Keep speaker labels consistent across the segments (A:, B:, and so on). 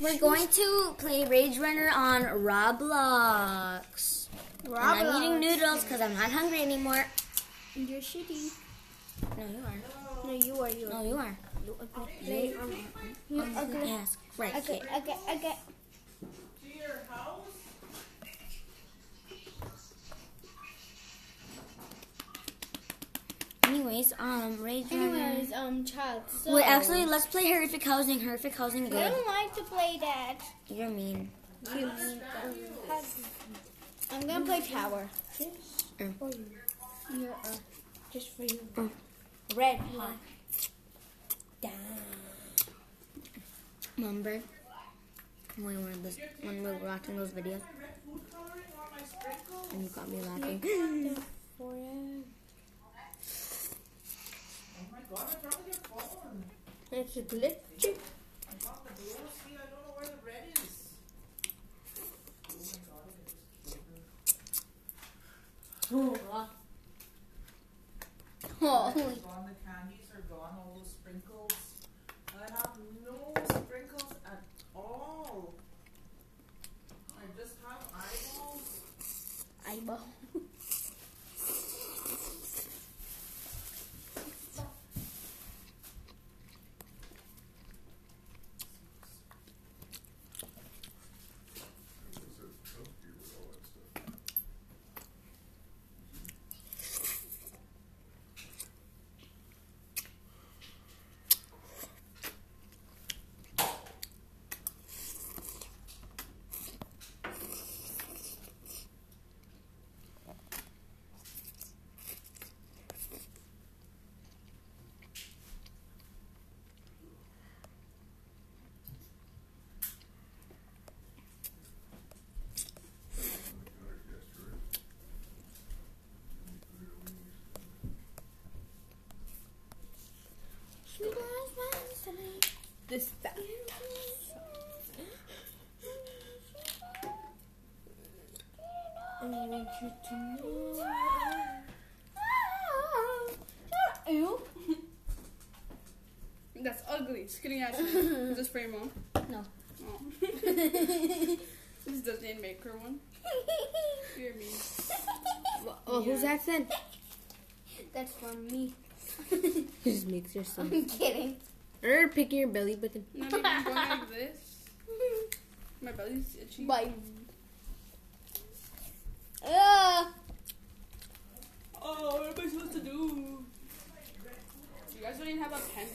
A: We're going to play Rage Runner on Roblox. And I'm eating noodles because I'm not hungry anymore.
B: You're shitty.
A: No, you are.
B: No, you are. You are.
A: No, you are.
B: You ugly. You are. You ugly.
A: Yes. Right.
B: Okay, okay, okay.
A: Anyways, um, Rage Runner.
B: Anyways, um, child. So
A: Wait, actually, let's play horrific housing. Horrific housing,
B: I
A: good.
B: don't like to play that.
A: You're mean.
B: I'm gonna play tower.
A: Mm.
B: Yeah, uh, just for you.
A: Mm.
B: Red hot.
A: Remember when we were this, when we were watching those videos and you got me laughing?
B: It's a glitch. Oh.
C: Gone, the candies are gone, all those sprinkles. I have no sprinkles at all. I just have eyeballs.
B: Eyeball. This back. I want you to know. Ew.
D: That's ugly. Screaming at you. Is this for your mom?
B: No.
D: Oh. this doesn't make her one. You're mean.
A: Oh, who's that then?
B: That's for me.
A: Just makes yourself.
B: I'm kidding.
A: Er, picking your belly button.
D: Not even going like this. My belly's itchy.
B: Bye. Ugh.
D: Oh, what am I supposed to do? You guys don't even have a pen.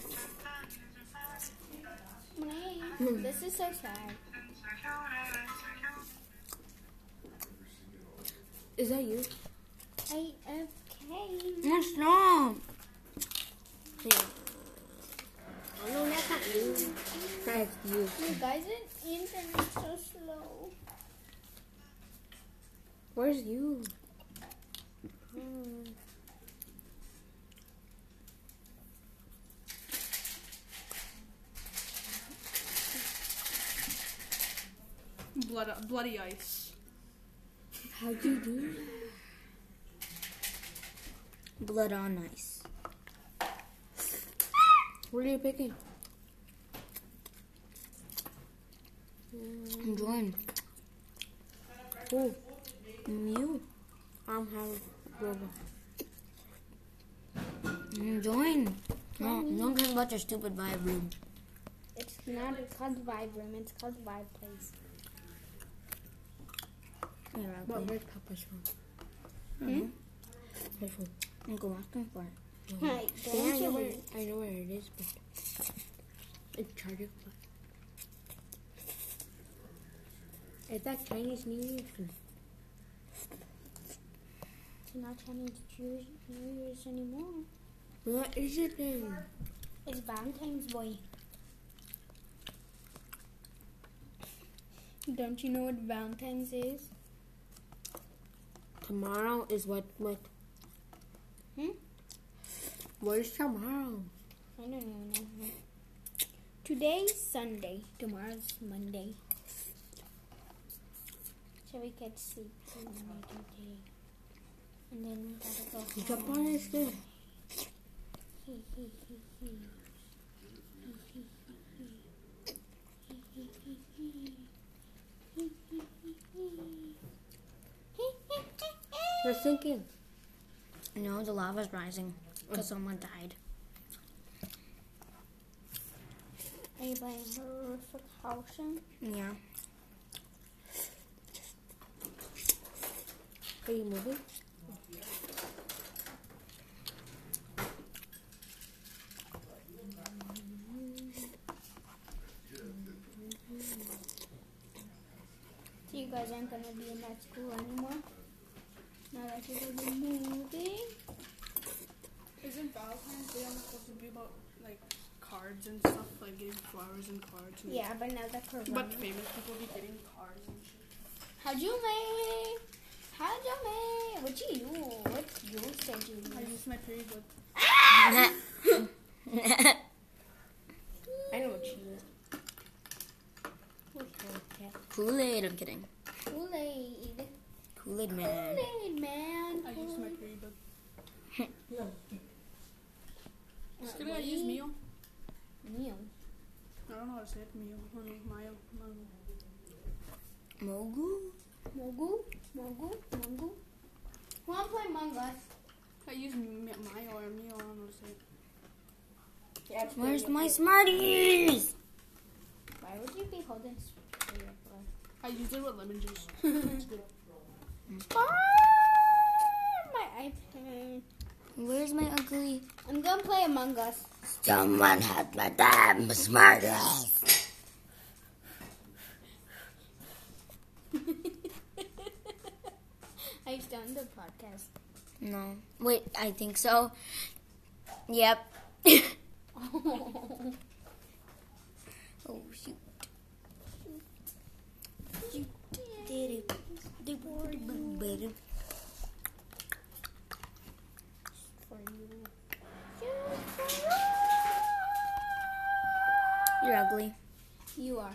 B: This is so sad.
A: Is that you?
B: I okay.
A: That's not. Yeah. Oh no, that's not you. That's you.
B: You guys, the internet's so slow.
A: Where's you?
B: Hmm.
D: Blood, bloody ice.
A: How do you do? Blood on ice. What are you picking? I'm drawing. Oh, and you? I'm having Boba. I'm drawing. No, no one cares about your stupid vibe room.
B: It's not called Vibe Room. It's called Vibe Place.
A: What was Papa's room? Hmm? His room. I'm going looking for it.
B: Hi,
A: Yeah,
B: don't
A: I know
B: you
A: where
B: worry.
A: I know where it is, but it's charging. Is that Chinese New Year?
B: It's not Chinese Jewish New Year's anymore.
A: What is it then?
B: It's Valentine's Boy. Don't you know what Valentine's is?
A: Tomorrow is what what?
B: Hmm?
A: What is tomorrow?
B: I don't even know. Today's Sunday. Tomorrow's Monday. So we could sleep till another day. And then we gotta go home.
A: Japan is good. was thinking. Oh. You know, the lava's rising because someone died.
B: Are you buying horrific housing?
A: Yeah. Are you moving?
B: So you guys aren't gonna be in that school anymore? Now that you're gonna be moving?
D: Isn't Valentine's Day only supposed to be about like cards and stuff, like getting flowers and cards? And
B: Yeah, but now that corona.
D: But famous people be getting cards and shit.
B: Hajime! Hajime! What you What you said you
D: I used my period blood.
B: I know what you mean. Okay.
A: Kool Aid, I'm kidding.
B: Kool-Aid.
A: Kool Aid man.
B: Kool-Aid, man.
D: I used my period blood. Just kidding, I
B: Wait.
D: used Mio.
B: Meal.
D: I don't know how to say it. Mio. Oh, no, Mio. Mio.
A: Mogu?
B: Mogu? Mogu? Mongu? Who want to play Among Us?
D: I used M- Mio or Mio. I don't know how to say it.
A: Where's my Smarties?
B: Why would you be holding spirit blood?
D: I used it with lemon juice. It's good.
B: My iPad.
A: Where's my ugly?
B: I'm gonna play Among Us.
A: Someone had my damn Smarties.
B: I've done the podcast.
A: No. Wait, I think so. Yep.
B: Oh.
A: oh, shoot.
B: you
A: Did it. Did it.
B: for you.
A: You're ugly.
B: You are.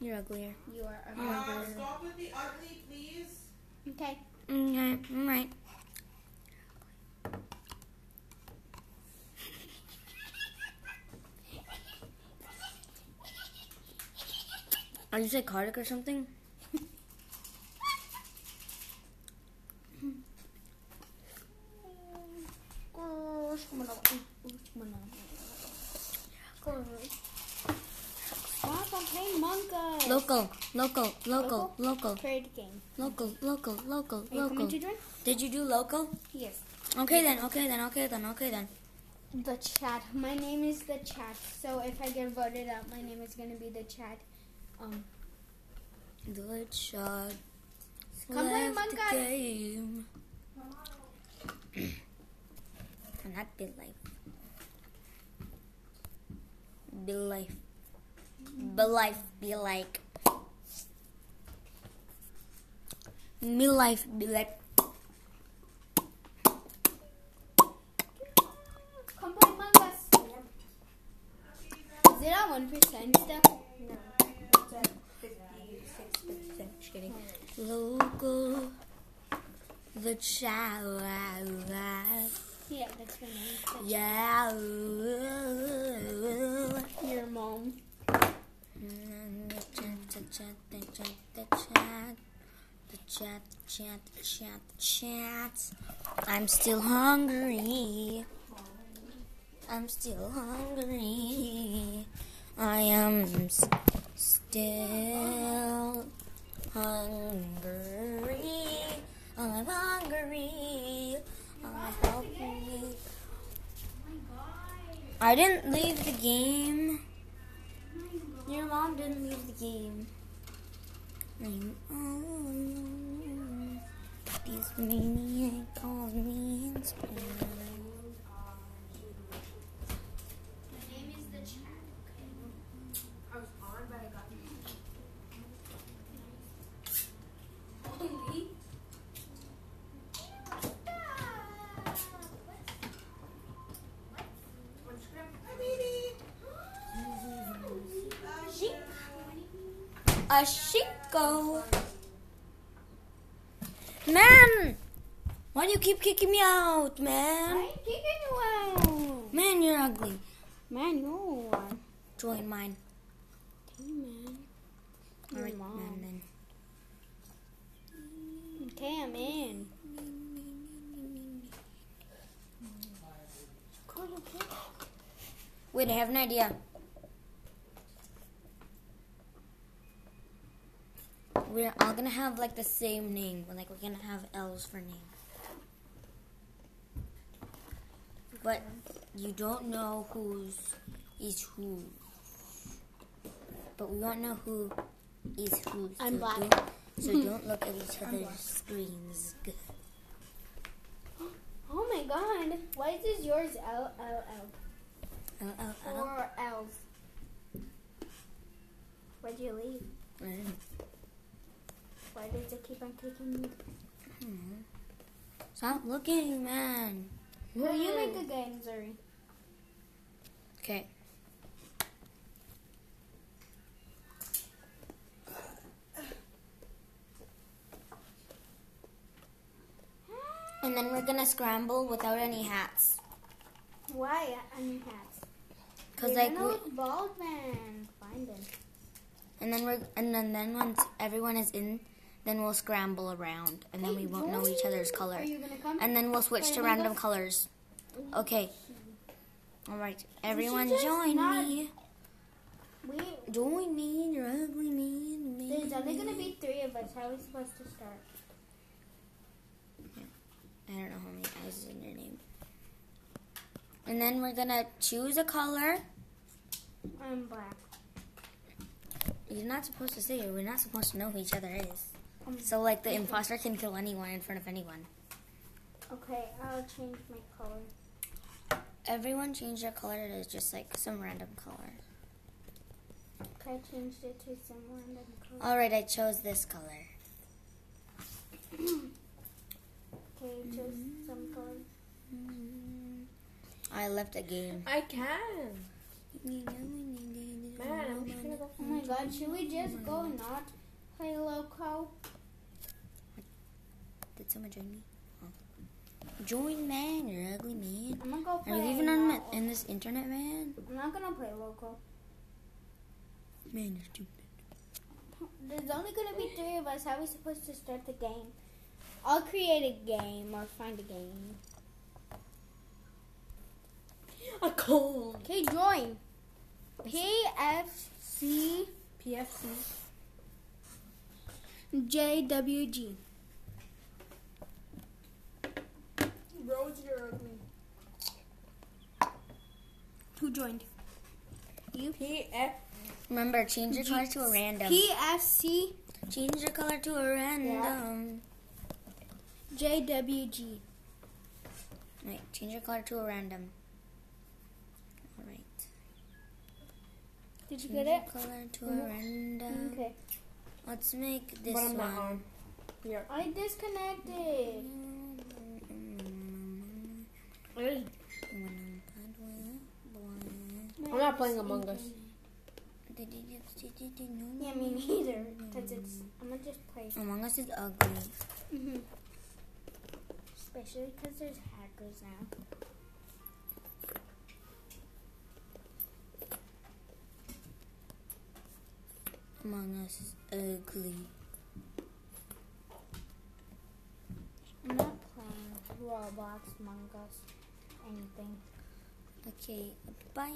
A: You're uglier.
B: You are. a
C: Uh,
B: mother.
C: stop with the ugly, please.
D: Ah.
B: Okay.
A: Okay, alright. Are you psychotic or something?
B: Stop! I'm playing Among Us.
A: Local, local, local,
B: Local?
A: local,
B: Trade game.
A: local, local, local,
B: Are you coming to
A: local.
B: join?
A: Did you do local?
B: Yes.
A: Okay then, okay then, okay then, okay then.
B: The chat. My name is the chat. So if I get voted out, my name is gonna be the chat. Um,
A: Good shot.
B: Come play
A: Left the
B: Among Us.
A: game. and that be life. Be life. Be life. Be like. Me life. Be like.
B: come play Among Us. Is it at one percent still? No.
A: Just kidding. Local. The child.
B: Yeah, that's my name.
A: Yeah.
B: Your mom.
A: The chat, the chat, the chat, the chat, the chat, chat, chat, chat. I'm still hungry. I'm still hungry. I am s- still hungry. I'm hungry. I'm hungry. I didn't leave the game. Your mom didn't leave the game. I'm alone. This um, maniac calls me inspired.
B: My name is the chat. I was on, but I got Only.
C: Hi, baby.
A: Shink. A shinko. Man! Why do you keep kicking me out, man?
B: I'm kicking you out.
A: Man, you're ugly.
B: Man, you are.
A: Join mine.
B: Hey, man. Your
A: Alright,
B: mom.
A: man, then.
B: Okay, I'm in.
A: Wait, I have an idea. We're all gonna have like the same name, but like we're gonna have L's for name. But you don't know who's is who. But we won't know who is who.
B: I'm black.
A: Don't, so don't look at each
D: I'm
A: other's
D: black.
A: screens.
B: Oh my god. Why is yours L L L?
A: L L L.
B: Four L's. Why'd you leave?
A: oh.
B: Why does it keep on taking me?
A: Stop looking, man.
B: Well, you make a game, Zuri.
A: Okay. And then we're gonna scramble without any hats.
B: Why on your hats?
A: Cause
B: You're
A: like,
B: gonna
A: we,
B: look bald man. Find him.
A: and then we're, and then then once everyone is in, then we'll scramble around, and then we won't know each other's color,
B: Are you gonna come?
A: and then we'll switch
B: Wait,
A: to
B: we
A: random
B: both-
A: colors. Okay. All right, everyone,
B: just
A: join
B: not-
A: me.
B: we
A: Join me, you're ugly mean me.
B: there's only gonna be three of us. How are we supposed to start?
A: I don't know how many eyes is in your name. And then we're gonna choose a color.
B: I'm black.
A: You're not supposed to say it. We're not supposed to know who each other is. So like the imposter can kill anyone in front of anyone.
B: Okay, I'll change my color.
A: Everyone change their color to just like some random color.
B: Okay, I changed it to some random color.
A: All right, I chose this color.
B: Okay, choose
A: mm-hmm.
B: some color.
A: I left a game.
E: I can. Man, I'm just gonna go.
B: Oh my god, should we just go and not play loco?
A: Did someone join me? Oh. Join man, you're ugly man.
B: I'm gonna go
A: Are
B: play.
A: you even on
B: that
A: ma-
B: one.
A: in this internet, man?
B: I'm not gonna play loco.
A: Man, you're stupid.
B: There's only gonna be three of us. How are we supposed to start the game? I'll create a game or find a game.
E: A cold.
B: Okay, join. PFC
E: PFC.
B: JWG.
D: Rose, you're ugly.
B: Who joined?
E: PF.
A: Remember, change your color to a random.
B: PFC
A: change your color to a random.
B: JWG.
A: Right, change your color to a random. Alright.
B: Did you
A: Change
B: get it? Mm-hmm.
A: your color to a random.
B: Okay.
A: Let's make this
E: But I'm not
A: one.
E: on. Yeah.
B: I disconnected.
E: I'm not playing Among Us.
B: Yeah, me neither. Cause it's I'm gonna just play,
A: Among Us is ugly.
E: Mm-hmm.
B: especially because there's hackers now.
A: Among Us is ugly.
B: I'm not playing Roblox, Among Us, anything.
A: Okay, bye.